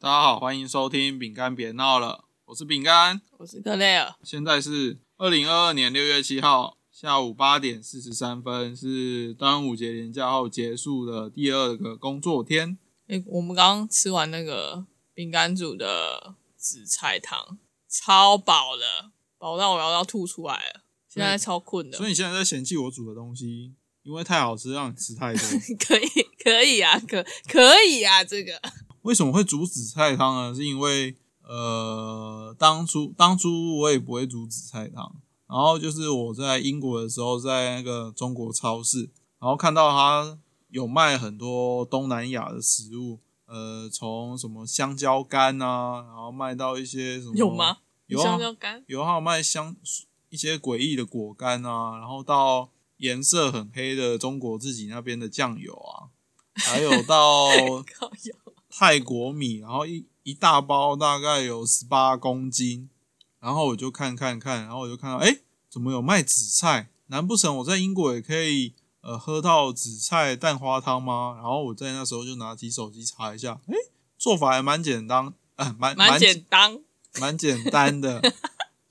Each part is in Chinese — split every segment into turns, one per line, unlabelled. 好，欢迎收听《饼干别闹了》，我是饼干，
我是克莱尔，
现在是二零二二年六月七号下午八点四十三分，是端午节连假后结束的第二个工作天。
诶我们刚刚吃完那个饼干煮的紫菜汤，超饱了，饱到我要要吐出来了，现在超困的
所。以你现在在嫌弃我煮的东西，因为太好吃，让你吃太多。
可以，可以啊，可可以啊，这个
为什么会煮紫菜汤呢？是因为呃，当初当初我也不会煮紫菜汤，然后就是我在英国的时候，在那个中国超市，然后看到它有卖很多东南亚的食物，呃，从什么香蕉干啊，然后卖到一些什么
有吗？
有啊
香，蕉干，
有还有卖香一些诡异的果干啊，然后到颜色很黑的中国自己那边的酱油啊，还有到
靠有
泰国米，然后一一大包大概有十八公斤，然后我就看看看，然后我就看到，哎，怎么有卖紫菜？难不成我在英国也可以呃喝到紫菜蛋花汤吗？然后我在那时候就拿起手机查一下，哎，做法还蛮简单，呃，蛮
蛮简单，
蛮简单的，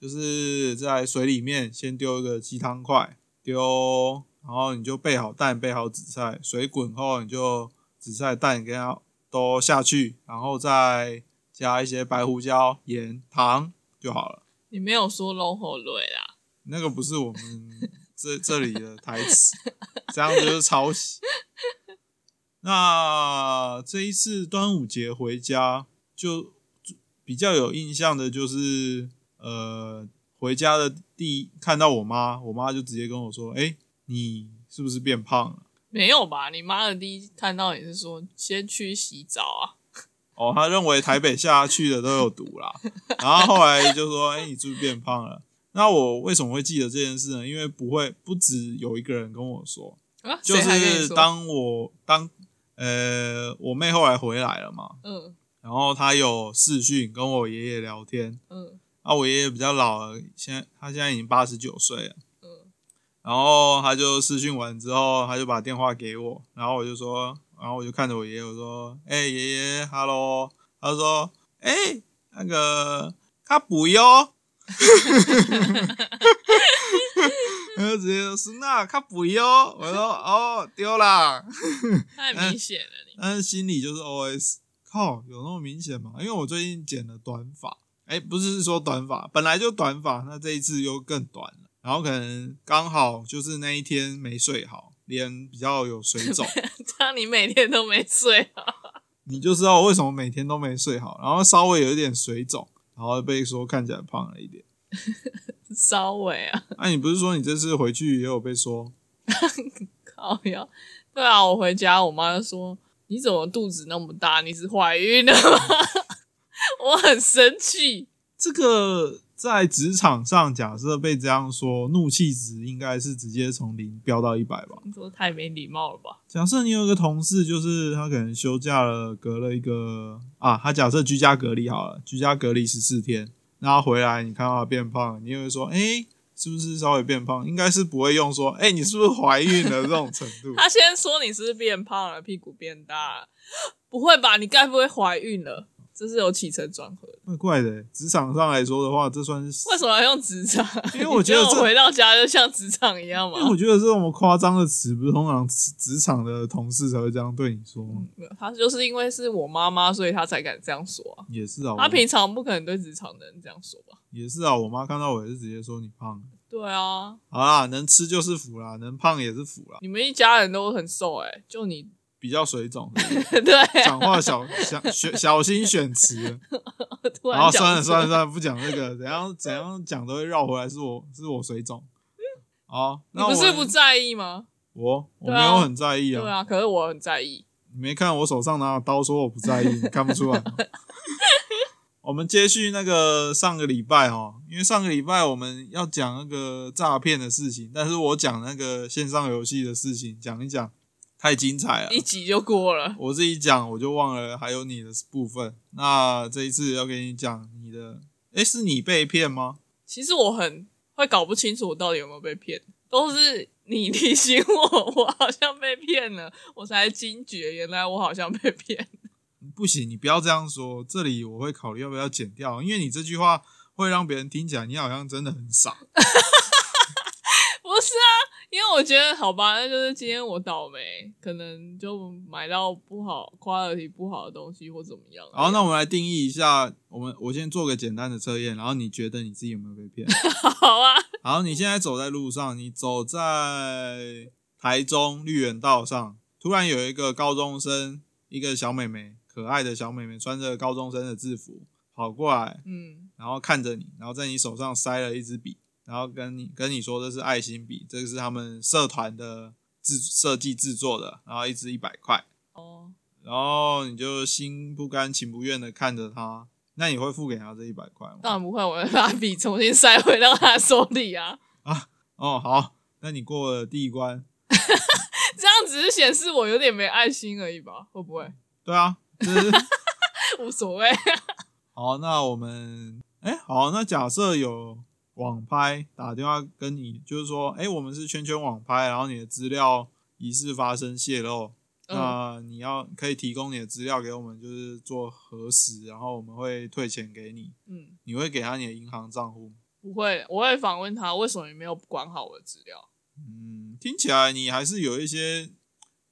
就是在水里面先丢一个鸡汤块，丢，然后你就备好蛋，备好紫菜，水滚后你就紫菜蛋给它都下去，然后再加一些白胡椒、盐、糖就好了。
你没有说 l o h o 瑞啦，
那个不是我们这这里的台词，这样就是抄袭。那这一次端午节回家，就就比较有印象的就是，呃，回家的第一看到我妈，我妈就直接跟我说：“哎、你是不是变胖了
没有吧？你妈的第一看到你是说先去洗澡啊，？”
哦，她认为台北下去的都有毒啦。然后后来就说：“哎、你是不是变胖了？”那我为什么会记得这件事呢？因为不会不止有一个人跟我说，
啊，
就
谁还跟你
是
说
当我当呃我妹后来回来了嘛，
嗯
然后她有视讯跟我爷爷聊天，
嗯
啊，我爷爷比较老了，现在他现在已经八十九岁了，
嗯，
然后他就视讯完之后，他就把电话给我，然后我就说，然后我就看着我爷爷，我说，哎、爷爷，hello，他说，哎、那个他补哟。然后直接说是那他补哟，我说哦丢啦，
太明显了你。
但是心里就是 OS：靠，有那么明显吗？因为我最近剪了短发，哎、不是说短发，本来就短发，那这一次又更短了。然后可能刚好就是那一天没睡好，脸比较有水肿，
这样你每天都没睡啊？
你就知道我为什么每天都没睡好，然后稍微有一点水肿，然后被说看起来胖了一点。
稍微啊，
哎、你不是说你这次回去也有被说？
靠呀！对啊，我回家，我妈就说：“你怎么肚子那么大？你是怀孕了吗？” 我很生气，
这个在职场上，假设被这样说，怒气值应该是直接从零飙到一百吧？
你说太没礼貌了吧？
假设你有一个同事，就是他可能休假了，隔了一个啊，他假设居家隔离好了，居家隔离十四天，然后回来你看到他变胖了，你也会说，哎、是不是稍微变胖？应该是不会用说，哎、你是不是怀孕了这种程度。
她先说你是不是变胖了，屁股变大了，不会吧？你该不会怀孕了？这是有起承转合的，
怪怪的，职场上来说的话，这算是，
为什么要用职场？
因为我觉得
你
这
我回到家就像职场一样
因为
嘛
我。觉得这种夸张的词，不是通常职职场的同事才会这样对你说吗？
她就是因为是我妈妈，所以她才敢这样说啊。
也是啊，我
她平常不可能对职场的人这样说吧？
也是啊，我妈看到我也是直接说你胖了，
对啊，
好啦，能吃就是福啦，能胖也是福啦，
你们一家人都很瘦哎、就你
比较水肿。
对啊，
讲话小小小小心选 词，
突
然后算
然讲
了
出
算了算了，不讲这个，怎样怎样讲都会绕回来，是我是我水肿。好，
你
那
不是
我
不在意吗？
我我
对
没
啊
有很在意
对
啊，
啊，可是我很在意。
你没看我手上拿的刀，说我不在意，你看不 出来吗。我们接续那个上个礼拜哦，因为上个礼拜我们要讲那个诈骗的事情，但是我讲那个线上游戏的事情，讲一讲太精彩了，
一集就过了，
我自己讲我就忘了还有你的部分。那这一次要给你讲你的，诶，是你被骗吗？
其实我很会搞不清楚我到底有没有被骗，都是你提醒我，我好像被骗了，我才惊觉原来我好像被骗。
不行，你不要这样说。这里我会考虑要不要剪掉，因为你这句话会让别人听起来你好像真的很傻。
不是啊，因为我觉得好吧，那就是今天我倒霉，可能就买到不好 quality 不好的东西或怎么样。
好，那我们来定义一下，我们我先做个简单的测验，然后你觉得你自己有没有被骗？
好啊，
好，你现在走在路上，你走在台中绿园道上，突然有一个高中生，一个小妹妹，可爱的小妹妹，穿着高中生的制服跑过来，
嗯，
然后看着你，然后在你手上塞了一支笔，然后跟你跟你说这是爱心笔，这个是他们社团的制设计制作的，然后一支一百块，
哦，
然后你就心不甘情不愿的看着他，那你会付给他这一百块吗？
当然不会，我会把笔重新塞回到他手里啊。
哦，好，那你过了第一关，
这样只是显示我有点没爱心而已吧？会不会？
对啊，这是。
无所谓。
好，那我们哎、好，那假设有网拍打电话跟你，就是说，哎、我们是圈圈网拍，然后你的资料疑似发生泄露，
嗯，
那你要可以提供你的资料给我们，就是做核实，然后我们会退钱给你。
嗯，
你会给他你的银行账户吗？
不会，我会访问他为什么你没有管好我的资料。
嗯，听起来你还是有一些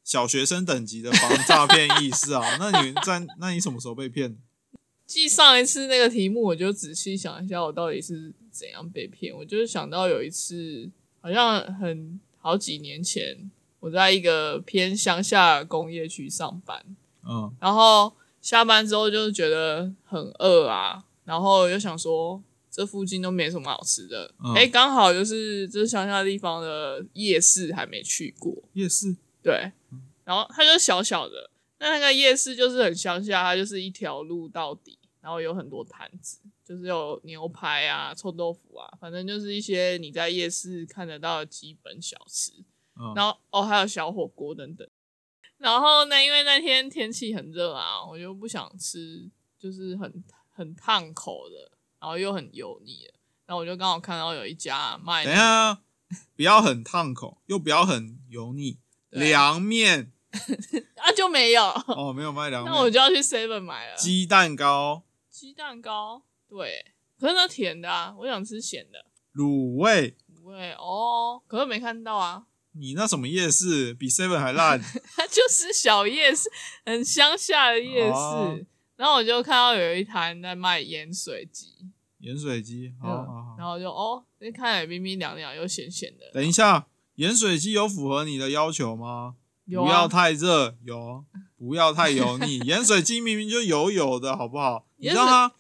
小学生等级的防诈骗意识啊。那你在那你什么时候被骗的？
继上一次那个题目，我就仔细想一下，我到底是怎样被骗。我就是想到有一次，好像很好几年前，我在一个偏乡下的工业区上班，
嗯
然后下班之后就是觉得很饿啊，然后又想说这附近都没什么好吃的
嗯，
哎、刚好就是这乡下地方的夜市还没去过，
夜市，
对，然后它就小小的，那那个夜市就是很乡下，它就是一条路到底，然后有很多摊子，就是有牛排啊、臭豆腐啊，反正就是一些你在夜市看得到的基本小吃，
嗯，
然后哦还有小火锅等等。然后呢，因为那天天气很热啊，我就不想吃，就是很很烫口的，然后又很油腻的。然后我就刚好看到有一家卖那
等
个，
一下，不要很烫口，又不要很油腻。
对
凉 面
啊就没 有，
哦，没有卖凉
那我
面，
就要去 Seven 买了。
鸡蛋糕、
鸡蛋糕，对，可是那甜的啊，我想吃咸的。
卤味。
不会哦，可是没看到啊，
你那什么夜市比 Seven 还 烂？
它就是小夜市，很乡下的夜市。
哦
然后我就看到有一摊在卖盐水鸡，
盐水鸡，好
嗯
好好。
然后就哦，那看起来冰冰凉凉又咸咸的，
等一下，盐水鸡有符合你的要求吗？
有
不要
啊，
太热，有；不要太油 腻。盐水鸡明明就油油的，好不好？你
盐水
知道它，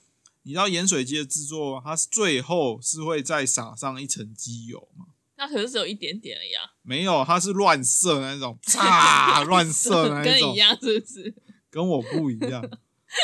你知道盐水鸡的制作，它是最后是会再撒上一层鸡油吗？
那可是只有一点点而 已啊，
没有，它是乱射那 种，啪，啊乱射那
跟
一种
你一，样是不是？
跟我不一样。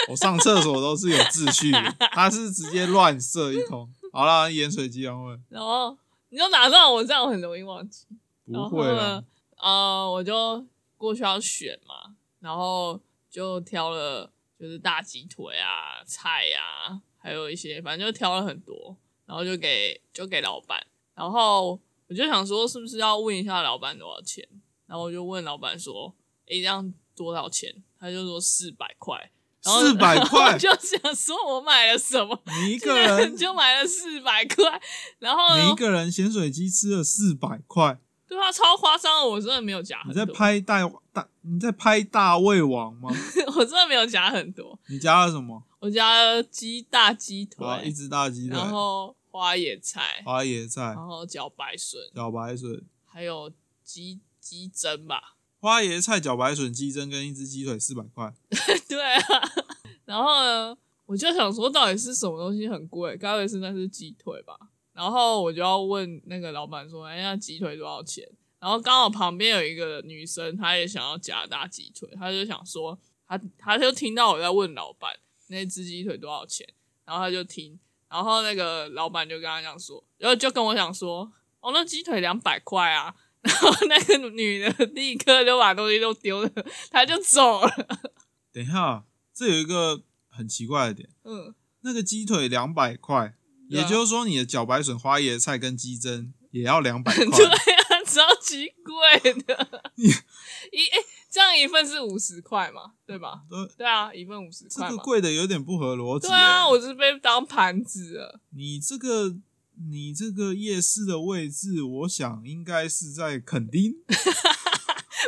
我上厕所都是有秩序 的，他是直接乱射一通。好啦，盐水鸡两问
然后你就哪知道我这样很容易忘记。
不会啦
然，后呢，呃，我就过去要选嘛，然后就挑了就是大鸡腿啊、菜啊，还有一些，反正就挑了很多，然后就给就给老板，然后我就想说是不是要问一下老板多少钱，然后我就问老板说，诶、这样多少钱？他就说四百块。然后
四 百
我
块，
就想说，我买了什么？
你一个人，
就买了四百块，然后呢
你一个人咸水鸡吃了四百块，
对啊，超夸张的，我真的没有夹
你
很多。
在拍大大，你在拍大胃王 吗？
我真的没有夹很多，
你加了什么？
我夹了鸡大鸡腿，
啊，一只大鸡腿，
然后哦花野菜，
花椰菜
然，后茭白笋，
小白笋，
还有鸡鸡胗吧。
花椰菜、小白笋、鸡胗跟一只鸡腿四百块，
对啊，然后呢，我就想说到底是什么东西很贵，该不会是那是鸡腿吧？然后我就要问那个老板说，哎，那鸡腿多少钱？然后刚好旁边有一个女生，她也想要夹大鸡腿，她就想说，她她就听到我在问老板那只鸡腿多少钱，然后她就听，然后那个老板就跟她讲说，然后就跟我讲说，哦，那鸡腿两百块啊。 然后那个女的立刻就把东西都丢了，她就走了。
等一下，这有一个很奇怪的点。
嗯，
那个鸡腿两百块，
对啊
也就是说你的茭白笋、花椰菜跟鸡 胗也要两百块
对。啊，超级贵的。
你
一哎、这样一份是五十块嘛，对吧？
呃，
对啊，一份五十
这
块
个
嘛。
贵的有点不合逻辑
对
耶。
啊，我是被当盘子了。
你这个你这个夜市的位置，我想应该是在垦丁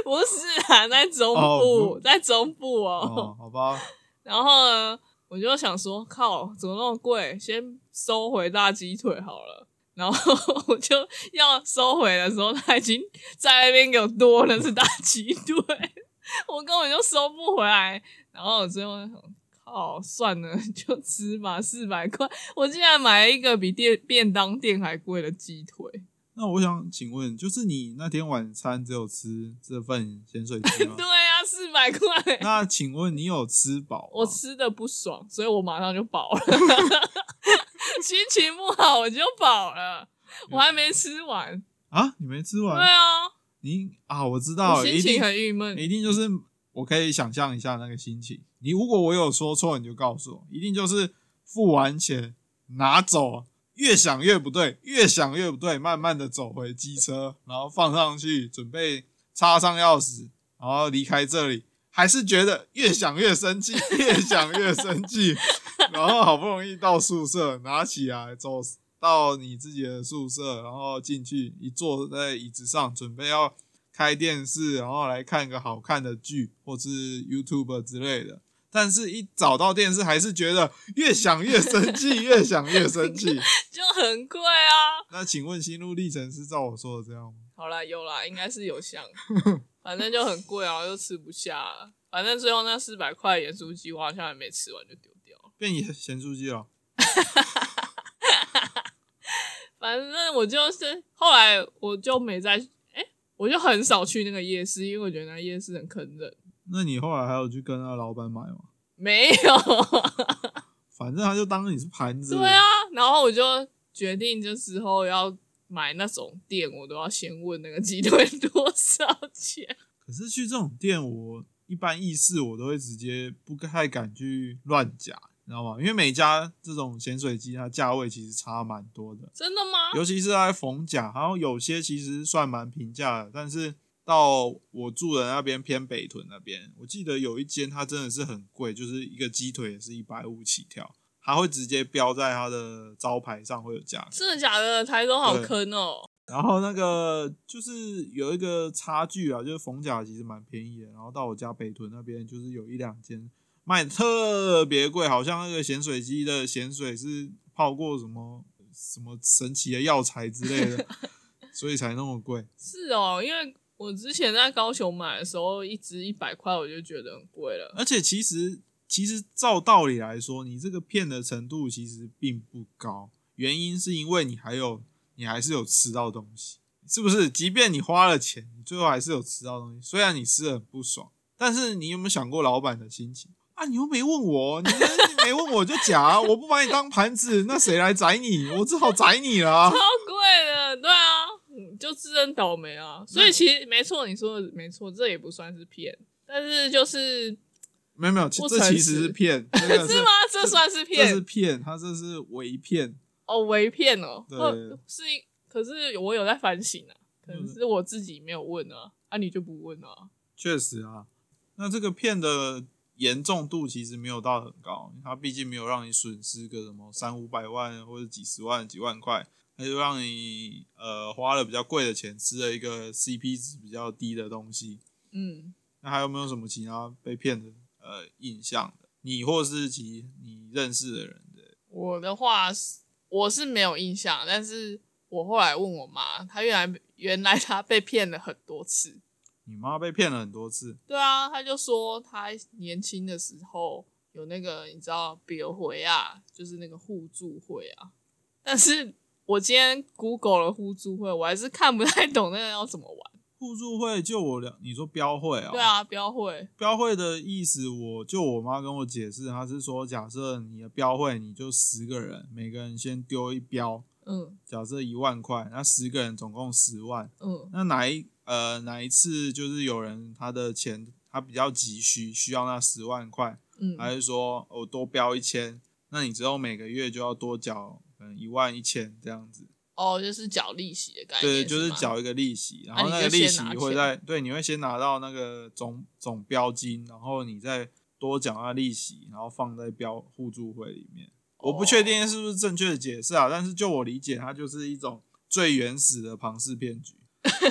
不是啊，在中部，
哦不
在中部
哦，好吧？
然后呢，我就想说，靠，怎么那么贵？先收回大鸡腿好了。然后 我就要收回的时候，他已经在那边给我多了是大鸡腿， 我根本就收不回来。然后我最后想，靠，算了，就吃吧，四百块，我竟然买了一个比店便当店还贵的鸡腿。
那我想请问，就是你那天晚餐只有吃这份咸水鸡吗
对？啊，四百块。
那请问你有吃饱吗？
我吃的不爽，所以我马上就饱了。 心情不好我就饱了，
嗯
我还没吃完。
啊，你没吃
对
完？
啊，
你啊，我知道，
我心
一
情
定
很郁闷。
一定就是我可以想象一下那个心情。你如果我有说错，你就告诉我，一定就是付完钱拿走，越想越不对，越想越不对，慢慢的走回机车，然后放上去，准备插上钥匙，然后离开这里，还是觉得越想越生气，越想越生气，然后好不容易到宿舍，拿起来走。到你自己的宿舍，然后进去一坐在椅子上，准备要开电视，然后来看个好看的剧或是 YouTube 之类的。但是，一找到电视，还是觉得越想越生气，越想越生 气。
就很贵啊。
那请问心路历程是照我说的这样吗？
好啦，有啦，应该是 有香，反正就很贵啊，又吃不下啊。反正最后那四百块盐酥鸡，我好像也没吃完就丢掉了。
变咸咸酥鸡了，
反正我就是后来我就没再，哎、我就很少去那个夜市，因为我觉得那夜市很坑人。
那你后来还有去跟那老板买吗？
没有。
反正他就当你是盘子。
对啊，然后我就决定，就之后要买那种店，我都要先问那个鸡腿多少钱。
可是去这种店，我一般意识我都会直接不太敢去乱夹，你知道吗？因为每家这种咸水鸡，它价位其实差蛮多的。
真的吗？
尤其是在逢甲，然后有些其实算蛮平价的，但是到我住的那边偏北屯那边，我记得有一间它真的是很贵，就是一个鸡腿也是一百五起跳，它会直接标在它的招牌上会有价格。
真的假的？台中好坑哦、
然后那个就是有一个差距啊，就是逢甲其实蛮便宜的，然后到我家北屯那边就是有一两间卖得特别贵，好像那个咸水鸡的咸水是泡过什么什么神奇的药材之类的，所以才那么贵。
是哦、因为我之前在高雄买的时候，一只一百块，我就觉得很贵了。
而且其实其实照道理来说，你这个骗的程度其实并不高，原因是因为你还有你还是有吃到东西，是不是？即便你花了钱，你最后还是有吃到东西，虽然你吃的很不爽，但是你有没有想过老板的心情？啊！你又没问我，你你没问我就假，啊我不把你当盘子，那谁来宰你？我只好宰你了啊。
超贵的，对啊，嗯就自认倒霉啊。所以其实没错，你说的没错，这也不算是骗，但是就是
没有没有，
不
这
诚
其实
实
是骗，真的
是吗？这算是
这是
骗
骗，他这是伪骗。
哦，围骗哦，
对
或是可是我有在反省啊，可能是我自己没有问啊，啊你就不问啊，
确实啊，那这个骗的严重度其实没有到很高，它毕竟没有让你损失个什么三五百万或者几十万、几万块，它就让你呃花了比较贵的钱吃了一个 CP 值比较低的东西。
嗯，
那还有没有什么其他被骗的呃印象的？你或是其你认识的人的？
我的话是我是没有印象，但是我后来问我妈，她原来原来她被骗了很多次，
你妈被骗了很多次，
对啊，她就说她年轻的时候有那个你知道别回啊，就是那个互助会啊，但是我今天 Google 了互助会，我还是看不太懂那个要怎么玩，
互助会就我了，你说标会啊、
对啊，标会。
标会的意思，我就我妈跟我解释，她是说，假设你的标会，你就十个人，每个人先丢一标，
嗯
假设一万块，那十个人总共十万，
嗯
那哪一呃哪一次就是有人他的钱他比较急需，需要那十万块，
嗯，
还是说我、哦多标一千，那你之后每个月就要多缴嗯一万一千这样子，
哦，就是缴利息的概
对，
念，
就是
吗，
缴一个利息，然
啊
后
你
那
就
个利
先
息
拿
会
钱
在对，你会先拿到那个总总标金，然后你再多缴那利息，然后放在标互助会里面。我不确
哦
定是不是正确的解释啊，但是就我理解，它就是一种最原始的庞氏骗局。
哎、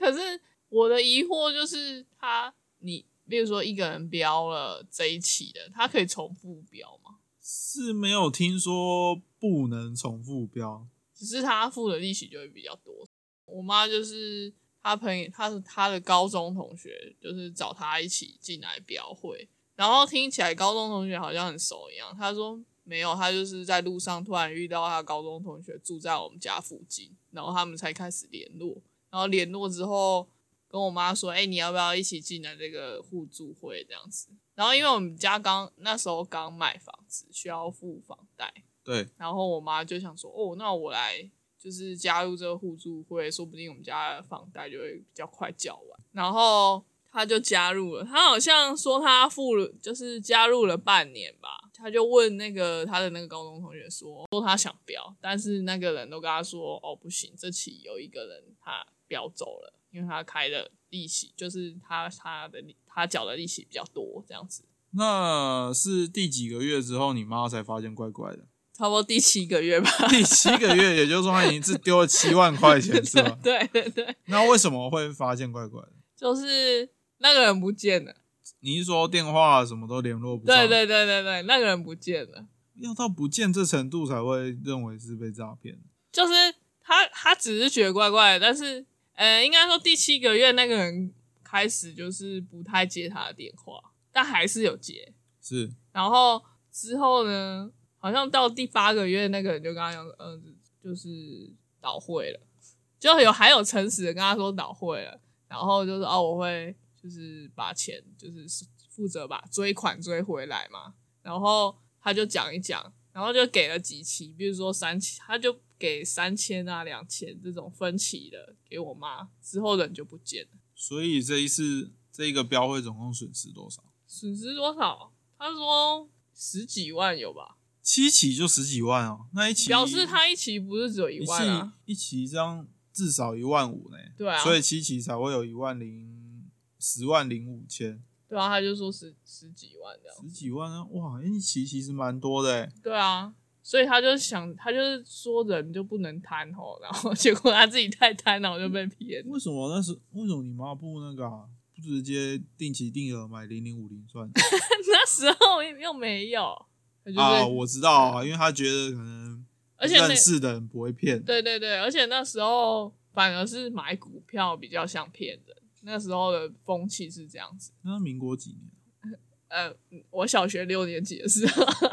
可是我的疑惑就是他，你比如说一个人标了这一期的，他可以重复标吗？
是没有听说不能重复标，
只是他付的利息就会比较多。我妈就是她朋友，她是她的高中同学，就是找她一起进来标会，然后听起来高中同学好像很熟一样。她说没有，她就是在路上突然遇到她高中同学住在我们家附近，然后他们才开始联络，然后联络之后跟我妈说，哎、你要不要一起进来这个互助会这样子？然后因为我们家刚那时候刚卖房子，需要付房贷，
对，
然后我妈就想说，哦，那我来就是加入这个互助会，说不定我们家的房贷就会比较快缴完。然后她就加入了，她好像说她付了，就是加入了半年吧。她就问那个她的那个高中同学说，说她想标，但是那个人都跟她说，哦，不行，这期有一个人他标走了，因为他开的利息就是他他的利他缴的利息比较多，这样子。
那是第几个月之后，你妈才发现怪怪的？
差不多第七个月吧，
第七个月，也就是说她已经是丢了七万块钱，是吧？
对对对，
那为什么会发现怪怪的？
就是那个人不见了。
你是说电话什么都联络不上？
对对对对对，那个人不见了，
要到不见这程度才会认为是被诈骗。
就是他他只是觉得怪怪的，但是呃，应该说第七个月那个人开始就是不太接他的电话，但还是有接。
是，
然后之后呢，好像到第八个月，那个人就跟他讲，呃，就是倒会了，就有还有诚实的跟他说倒会了，然后就是哦，我会就是把钱就是负责把追款追回来嘛，然后他就讲一讲，然后就给了几期，比如说三期，他就给三千啊两千这种分期的给我妈，之后人就不见了，
所以这一次这一个标会总共损失多少？
损失多少？他说十几万有吧？
七起就十几万哦，那一起
表示他一期不是只有一
一
万啊？
起一起这样至少一万五呢。
对啊
所以七起才会有一万零十万零五千
对啊，他就说十十几万这样。
十几万啊！哇，一起其实蛮多的欸，
对啊，所以他就想，他就是说人就不能贪吼，然后结果他自己太贪，然后就被骗了。
为什么那是为什么你妈不那个啊？不直接定期定额买零零五零算了？
那时候又没有，他 就是、
啊，我知道啊，因为他觉得可能
而且那
认识的人不会骗。
对对对，而且那时候反而是买股票比较像骗人，那时候的风气是这样子。
那民国几年？
呃，我小学六年级的时候，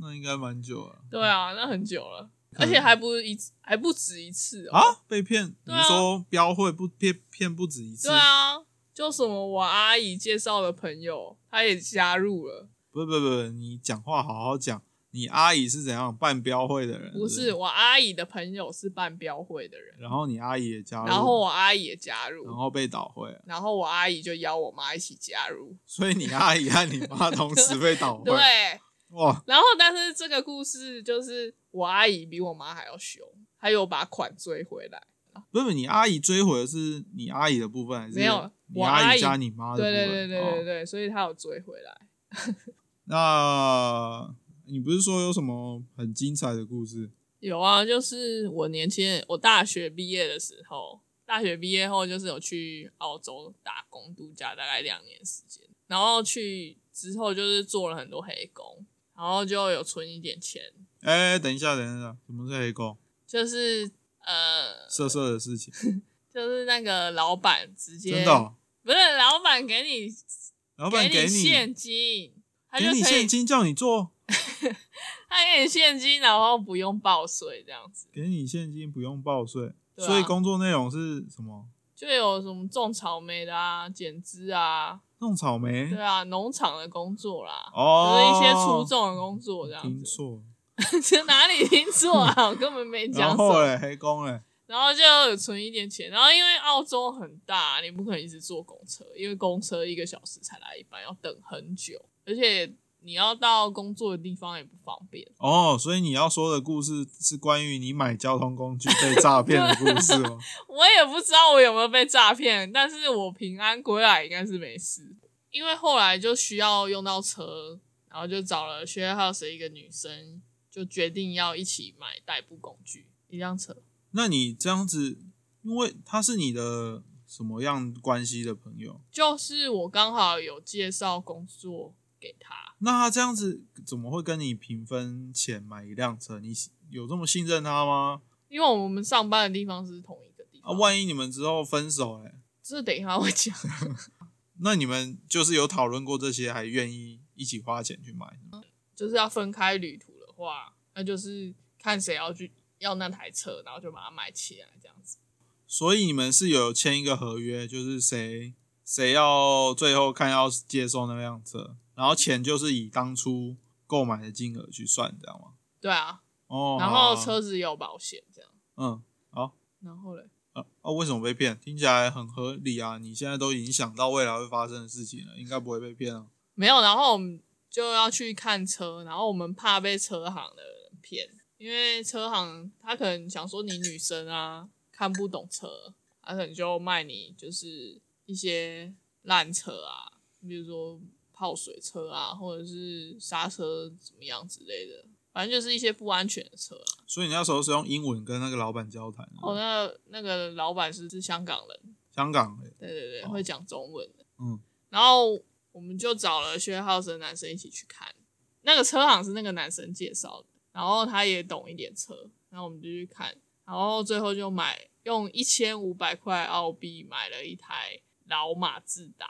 那应该蛮久了
对啊，那很久了，
可
而
能
且还不是一次还不止一次哦、
啊！被骗，你
对啊
说标会不骗骗不止一次？
对啊，就什么我阿姨介绍的朋友，他也加入了。
不不不，你讲话好好讲。你阿姨是怎样办标会的人？
不是我阿姨的朋友是办标会的人，
然后你阿姨也加入，
然后我阿姨也加
然
入，
后被倒会了，
然后我阿姨就邀我妈一起加入。
所以你阿姨和你妈同时被倒会。
对，
哇，
然后但是这个故事就是我阿姨比我妈还要凶，她有把款追回来。
不是你阿姨追回的是你阿姨的部分，还是
没有
你
我
阿
阿
姨
姨
加你妈的部
对
分？
对对对对
哦
对，所以她有追回来。
那你不是说有什么很精彩的故事？
有啊，就是我年轻人，我大学毕业的时候，大学毕业后就是有去澳洲打工度假，大概两年时间。然后去之后就是做了很多黑工，然后就有存一点钱，
哎、等一下，等一下，什么是黑工？
就是呃，
色色的事情，
就是那个老板直接
真的哦、
不是老板给你
老板
给
你
现金，他就
给你
可以
现金叫你做，
他给你现金，然后不用报税这样子，
给你现金不用报税，
对啊
所以工作内容是什么？
就有什么种草莓的啊、剪枝啊，
弄草莓
对啊，农场的工作啦，
哦，
就是一些粗重的工作这样
听
子。
错。
这哪里听错啊？我根本没讲
然
什
后
么。
嘞，黑工嘞，
然后就有存一点钱，然后因为澳洲很大，你不可能一直坐公车，因为公车一个小时才来一班，要等很久，而且你要到工作的地方也不方便。
哦，所以你要说的故事是关于你买交通工具被诈骗的故事哦
啊
吗？
我也不知道我有没有被诈骗，但是我平安归来应该是没事，因为后来就需要用到车，然后就找了 share house 的一个女生，就决定要一起买代步工具，一辆车。
那你这样子，因为他是你的什么样关系的朋友？
就是我刚好有介绍工作给他，
那他这样子怎么会跟你平分钱买一辆车？你有这么信任他吗？
因为我们上班的地方是同一个地
啊，
方，
万一你们之后分手、欸，
这等一下会讲。
那你们就是有讨论过这些，还愿意一起花钱去买是吗？
就是要分开旅途的话，那就是看谁要去要那台车，然后就把它买起来这样子。
所以你们是有签一个合约，就是谁谁要最后看要接受那辆车，然后钱就是以当初购买的金额去算，这样吗？
对啊，
哦，
然
好
后
啊，
车子也有保险这样，
嗯，好，
然后嘞，
啊啊，为什么被骗？听起来很合理啊！你现在都已经想到未来会发生的事情了，应该不会被骗啊。
没有，然后我们就要去看车，然后我们怕被车行的人骗，因为车行他可能想说你女生啊看不懂车，他可能就卖你就是一些烂车啊，比如说泡水车啊，或者是刹车怎么样之类的，反正就是一些不安全的车啊。
所以你那时候是用英文跟那个老板交谈的，
哦，那那个老板是是香港人，
香港的、
对对对，
哦
会讲中文的。
嗯，
然后我们就找了薛浩生男生一起去看，那个车行是那个男生介绍的，然后他也懂一点车，然后我们就去看，然后最后就买用一千五百块澳币买了一台老马自达，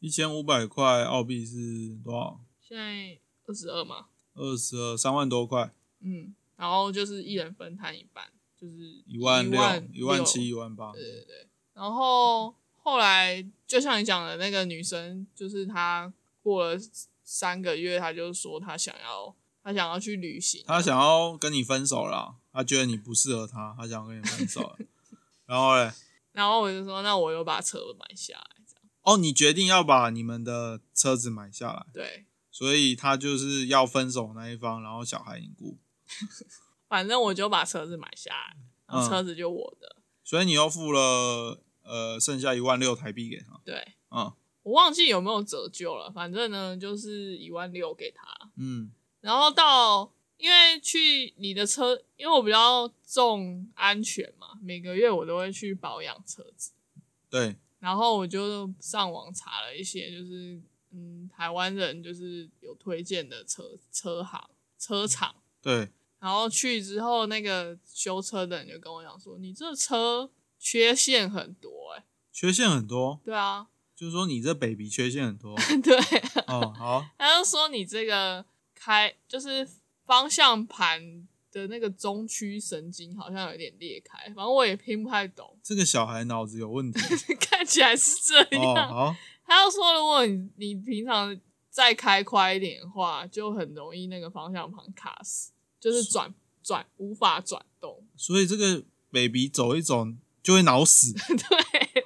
一千五百块澳币是多少？
现在二十二嘛，
二十二三万多块，
嗯，然后就是一人分摊一半，就是
一万六、一万
六
七、一万八。
对对对。然后后来就像你讲的那个女生，就是她过了三个月，她就说她想要她想要去旅行，
他想要跟你分手啦，他觉得你不适合他，他想要跟你分手了。 然后嘞，
然后我就说那我又把车买下来，这样
哦，你决定要把你们的车子买下来，
对，
所以他就是要分手那一方，然后小孩你顾，
反正我就把车子买下来，然后
嗯
车子就我的，
所以你又付了呃剩下一万六台币给他。
对
嗯
我忘记有没有折旧了，反正呢就是一万六给他，
嗯，
然后到因为去你的车，因为我比较重安全嘛，每个月我都会去保养车子。
对，
然后我就上网查了一些，就是嗯，台湾人就是有推荐的车车行车厂，
对，
然后去之后，那个修车的人就跟我讲说，你这车缺陷很多、欸，哎，
缺陷很多，
对啊，
就是说你这 baby 缺陷很多。
对，
哦，好，
他就说你这个开就是方向盘的那个中区神经好像有点裂开，反正我也听不太懂，
这个小孩脑子有问题。
看起来是这
哦，
样，
好，
他又说，如果你你平常再开快一点的话，就很容易那个方向盘卡死，就是转转无法转动。
所以这个 baby 走一走就会脑死。
对，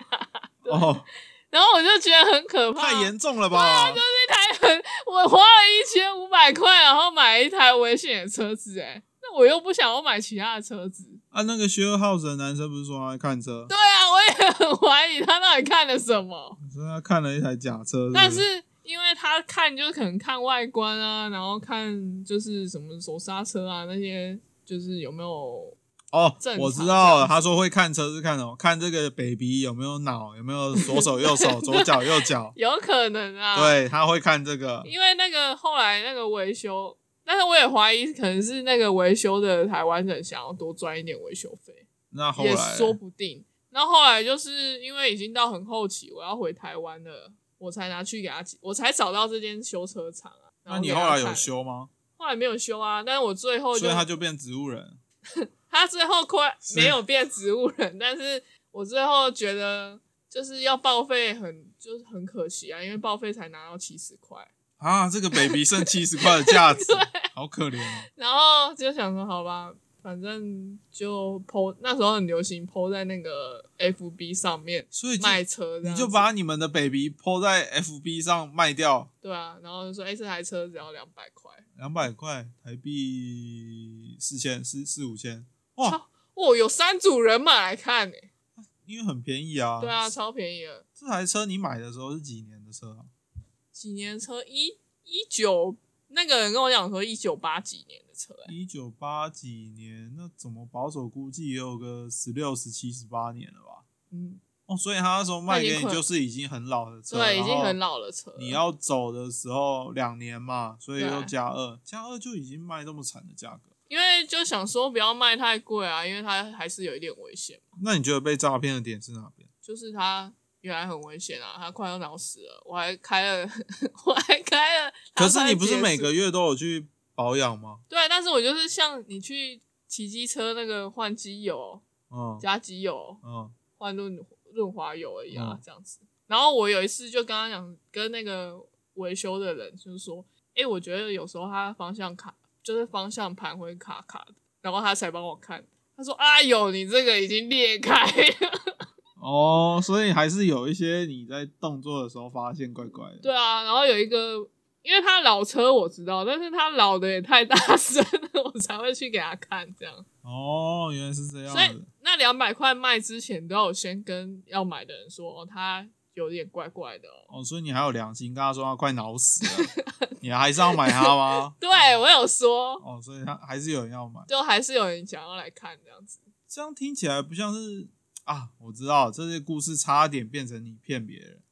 哦，
然后我就觉得很可怕。
太严重了吧？
这台很，我花了一千五百块，然后买一台危险的车子、哎，那我又不想要买其他的车子。
啊，那个学二号的男生不是说他在看车，
对啊，我也很怀疑他到底看了什么。
所以他看了一台假车
但
是
是因为他看就是可能看外观啊，然后看就是什么手刹车啊那些，就是有没有
哦
正，常
我知道了。他说会看车是看什么？看这个 baby 有没有脑，有没有左手右手，左脚右脚。
有可能 啊，，
对，他会看这个。
因为那个后来那个维修，但是我也怀疑可能是那个维修的台湾人想要多赚一点维修费，
那后
也
来
说不定。然后后来就是因为已经到很后期，我要回台湾了，我才拿去给他，我才找到这间修车厂啊。然
那你
给
后
他
来有
看？
修吗？
后来没有修啊，但是我最后就
所以他就变植物人。
他最后快
是
没有变植物人，但是我最后觉得就是要报废很就是很可惜啊，因为报废才拿到七十块。
啊，这个 baby 剩七十块的价值，好可怜哦。
然后就想说，好吧，反正就 PO 那时候很流行 PO 在那个 FB 上面
所以就
卖车这
你
样子，
就把你们的 baby 抛在 FB 上卖掉，
对啊，然后就说哎、这台车只要两百块，
两百块台币四千四四五千，
超
哇，
哦，有三组人马来看诶、
因为很便宜啊。
对啊，，超便宜的，
这台车你买的时候是几年的车啊？
几年车一一九，那个人跟我讲说一九八几年的车、欸，
一九八几年，那怎么保守估计也有个十六、十七、十八年了吧？
嗯，
哦，所以他那时候卖
那已
给
经
你
快
就是已经很老的车，
对，已经很
老。
老的车了，
你要走的时候两年嘛，所以
对啊
又加二，加二就已经卖这么惨的价格。
因为就想说不要卖太贵啊，因为它还是有一点危险嘛，
那你觉得被诈骗的点是哪边？
就是它原来很危险啊，它快要脑死了，我还开了， 我还开了，
可是你不是
它快要结束
每个月都有去保养吗？
对，啊但是我就是像你去骑机车那个换机油、
嗯
加机油、
嗯
换润润滑油而已啊，
嗯
这样子。然后我有一次就跟他讲，跟那个维修的人就是说，哎、我觉得有时候他方向卡，就是方向盘会卡卡的，然后他才帮我看，他说，哎呦，你这个已经裂开了。
哦，所以还是有一些你在动作的时候发现怪怪的。
对啊，然后有一个。因为他老车我知道，但是他老的也太大声了， 我才会去给他看这样。
哦，原来是这样
所
子
以。那两百块卖之前，都要有先跟要买的人说，哦，他有点怪怪的哦。
哦，所以你还有良心，跟他说他快脑死 了，你还是要买它吗？
对我有说，
哦，所以他还是有人要买。
就还是有人想要来看这样子。
这样听起来不像是啊，我知道这些故事差点变成你骗别人。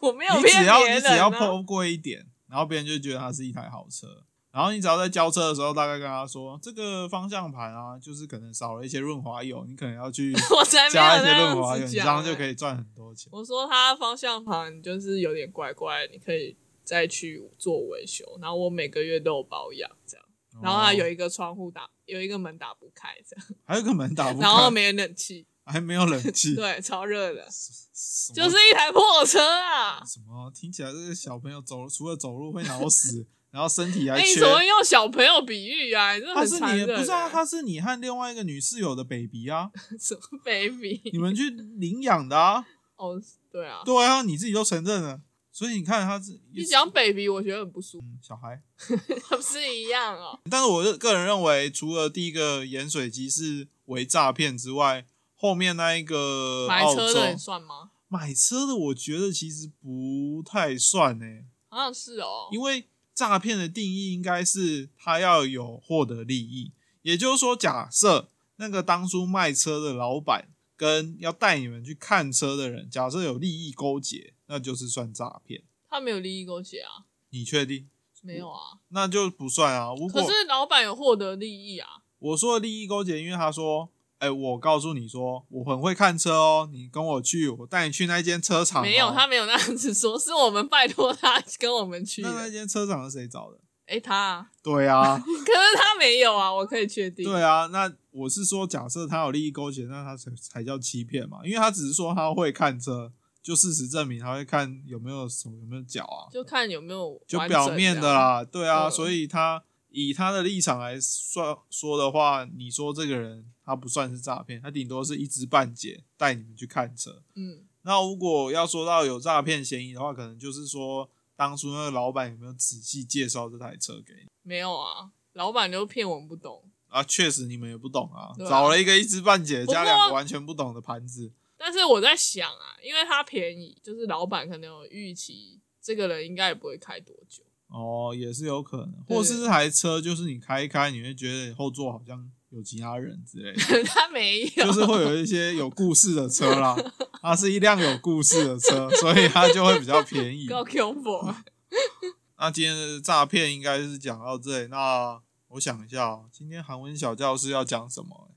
我没有
你
骗
只要
别
你
人、
只要
啊，
破贵一点，然后别人就觉得它是一台好车。然后你只要在交车的时候，大概跟他说这个方向盘啊，就是可能少了一些润滑油，你可能要去
我才 没
加
有
一些
那
润滑
样
油，
子
你这样
讲、
就可
以。
以赚很多钱。
我说他方向盘就是有点怪怪，你可以再去做维修。然后我每个月都有保养这样，然后他有
哦
一个窗户打，有一个门打不开这样，
还有一个门打不开，
然后没冷气，
还没有冷气，
对，超热的，
什么
就是一台破车啊。
什么？听起来这个小朋友走除了走路会脑死，然后身体还
哎、你
缺。
怎么用小朋友比喻啊？你真的
他
很
是
残
你
忍、
的不是啊？他是你和另外一个女室友的 baby 啊，
什么 baby？
你们去领养的啊。
哦，对啊，
对啊，你自己都承认了，所以你看他是
你讲 baby，我觉得很不舒服，
嗯小孩。
不是一样哦？
但是我个人认为，除了第一个盐水鸡是为诈骗之外，后面那一个
买
呃澳
车
洲
的也算吗？
买车的，我觉得其实不太算诶、
好像是哦，
因为诈骗的定义应该是他要有获得利益，也就是说，假设那个当初卖车的老板跟要带你们去看车的人，假设有利益勾结，那就是算诈骗。
他没有利益勾结啊，
你确定？
没有啊。
那就不算啊。如
可
果
是老板有获得利益啊，
我说的利益勾结，因为他说。哎、我告诉你说，我很会看车哦，你跟我去，我带你去那间车厂、哦。
没有，他没有那样子说，是我们拜托他跟我们去的。
那那
哎、
间车厂是谁找的？
他、啊，
对啊，
可是他没有啊，我可以确定。
对啊，那我是说，假设他有利益勾结，那他才才叫欺骗嘛，因为他只是说他会看车，就事实证明他会看有没有手有没有脚啊，
就看有没有
就
完整
表面的
这样。
啦，对啊，
嗯
所以他以他的立场来说说的话，你说这个人他不算是诈骗，他顶多是一知半解带你们去看车。
嗯，
那如果要说到有诈骗嫌疑的话，可能就是说当初那个老板有没有仔细介绍这台车给你。
没有啊，老板就骗我们不懂。
啊，确实你们也不懂啊，
对啊
找了一个一知半解
不
加
过
两个完全不懂的盘子，
但是我在想啊，因为它便宜，就是老板可能有预期，这个人应该也不会开多久。
哦，也是有可能，
对
或是这台车就是你开一开，你会觉得后座好像有其他人之类的，
他没有，
就是会有一些有故事的车啦，它是一辆有故事的车，所以它就会比较便宜。
高 Q 我。
那今天的诈骗应该是讲到这里，那我想一下、哦，今天韩文小教室要讲什么、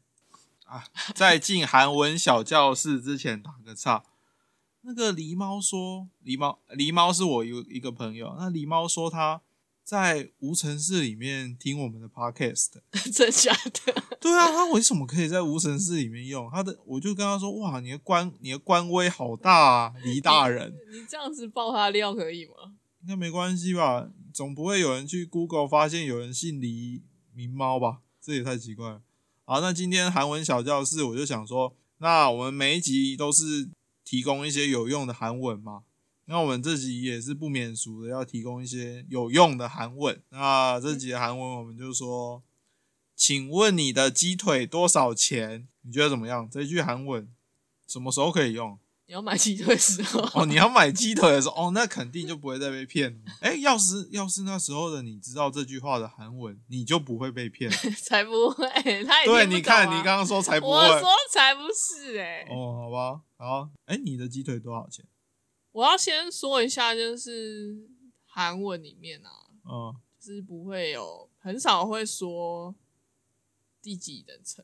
啊，在进韩文小教室之前打个岔。那个狸猫说，狸猫狸猫是我有一个朋友，那狸猫说他在无尘室里面听我们的 podcast，
真假的？
对啊，他为什么可以在无尘室里面用？他的我就跟他说，哇，你的官你的官威好大啊，狸大人。
你这样子爆他料可以吗？
应该没关系吧？总不会有人去 Google 发现有人姓李名猫吧？这也太奇怪了。好，那今天韩文小教室，我就想说，那我们每一集都是提供一些有用的韩文嘛。那我们这集也是不免俗的，要提供一些有用的韩文。那这集的韩文我们就说，请问你的鸡腿多少钱？你觉得怎么样？这句韩文什么时候可以用？
你要买鸡腿的时候，
哦，你要买鸡腿的时候，哦，那肯定就不会再被骗了嘛。哎，要是要是那时候的你知道这句话的韩文，你就不会被 骗。
才不会，他也
对，
听不
你
懂啊
看你刚刚说才不会。
我说才不是哎、
哦，好吧，好，哎，你的鸡腿多少钱？
我要先说一下，就是韩文里面啊，
嗯，
就是不会有很少会说第几人称，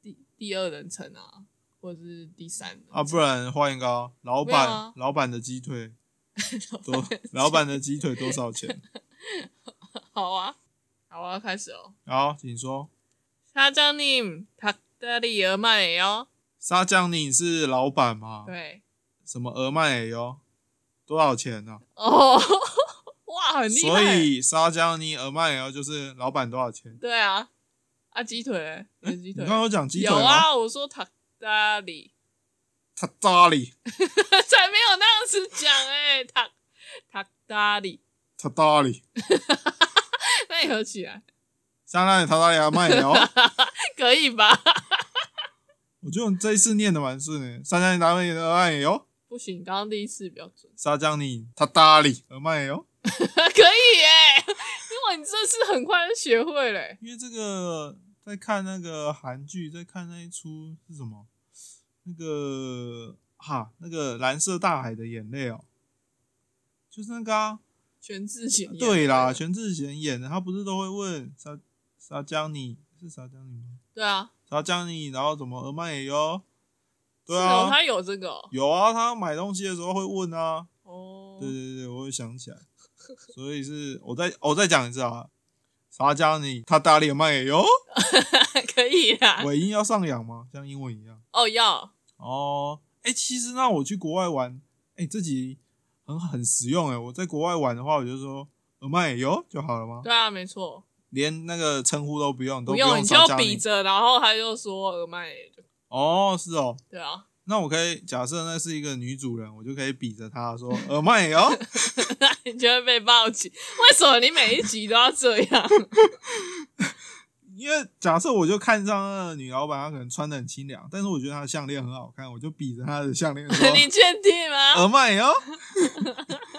第第二人称啊，或者是第三人称
啊，不然换一个啊，老
没有
板，
啊
老板的鸡腿多，老板的鸡腿多少钱？
好啊，好啊，开始哦。
好，请说。
사장님 닭다리 얼마예요?
沙酱，你是老板吗？
哦对，
什么俄曼也有？多少钱呢、
哦， 哇，很厉害。
所以沙姜泥俄曼也有，就是老板多少钱？
对啊，啊鸡腿嘞，有鸡
你
腿
刚刚有讲鸡腿
有
吗？
啊，我说닭다리，
他扎里，
才没有那样子讲哎、欸，닭 닭다리，
他扎里，
那你合起来
沙拉里，他扎里俄曼也 有。啊
可以吧？
我觉得我这一次念的蛮顺的，沙姜泥他们也俄曼也有，啊
不行，刚刚第一次比较准，
沙姜泥他扎里俄曼也有。
可以耶、哇，你这次很快就学会嘞、
因为这个在看那个韩剧，在看那一出是什么？那个哈，那个蓝色大海的眼泪哦，就是那个啊，
全智贤。
对啦，全智贤演的，他不是都会问沙沙江你是沙江你吗？
对啊，
沙江你，然后怎么俄曼也有？对
是哦
啊，
他有这个哦
有啊，他买东西的时候会问啊。
哦，
对对对，我会想起来，所以是我再我再讲一次啊，沙江你他打脸曼也有。
可以啦。
尾音要上扬吗？像英文一样？
哦，要
哦，哎、其实那我去国外玩，哎、这集很很实用哎、我在国外玩的话，我就说耳麦也有就好了吗？
对啊，没错，
连那个称呼都不用，都
不用你就
少加
比
你。
着，然后他就说耳麦也就，
哦，是哦。
对啊，
那我可以假设那是一个女主人，我就可以比着她说耳麦也有。
那你就会被报警。为什么你每一集都要这 样？
因为假设我就看上那个女老板，她可能穿的很清凉，但是我觉得她的项链很好看，我就比着她的项链说
你确定吗？
耳麦哟。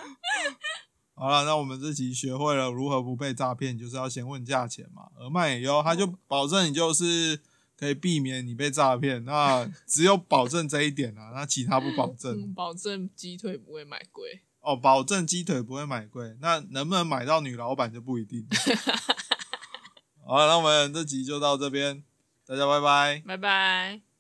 好了，那我们这集学会了如何不被诈骗，就是要先问价钱嘛。耳麦也有，他就保证你就是可以避免你被诈骗。那只有保证这一点啊，那其他不保
嗯，
证
保证鸡腿不会买贵。
哦。保证鸡腿不会买贵，那能不能买到女老板就不一 定。好了，那我们这集就到这边，大家拜拜。
拜拜。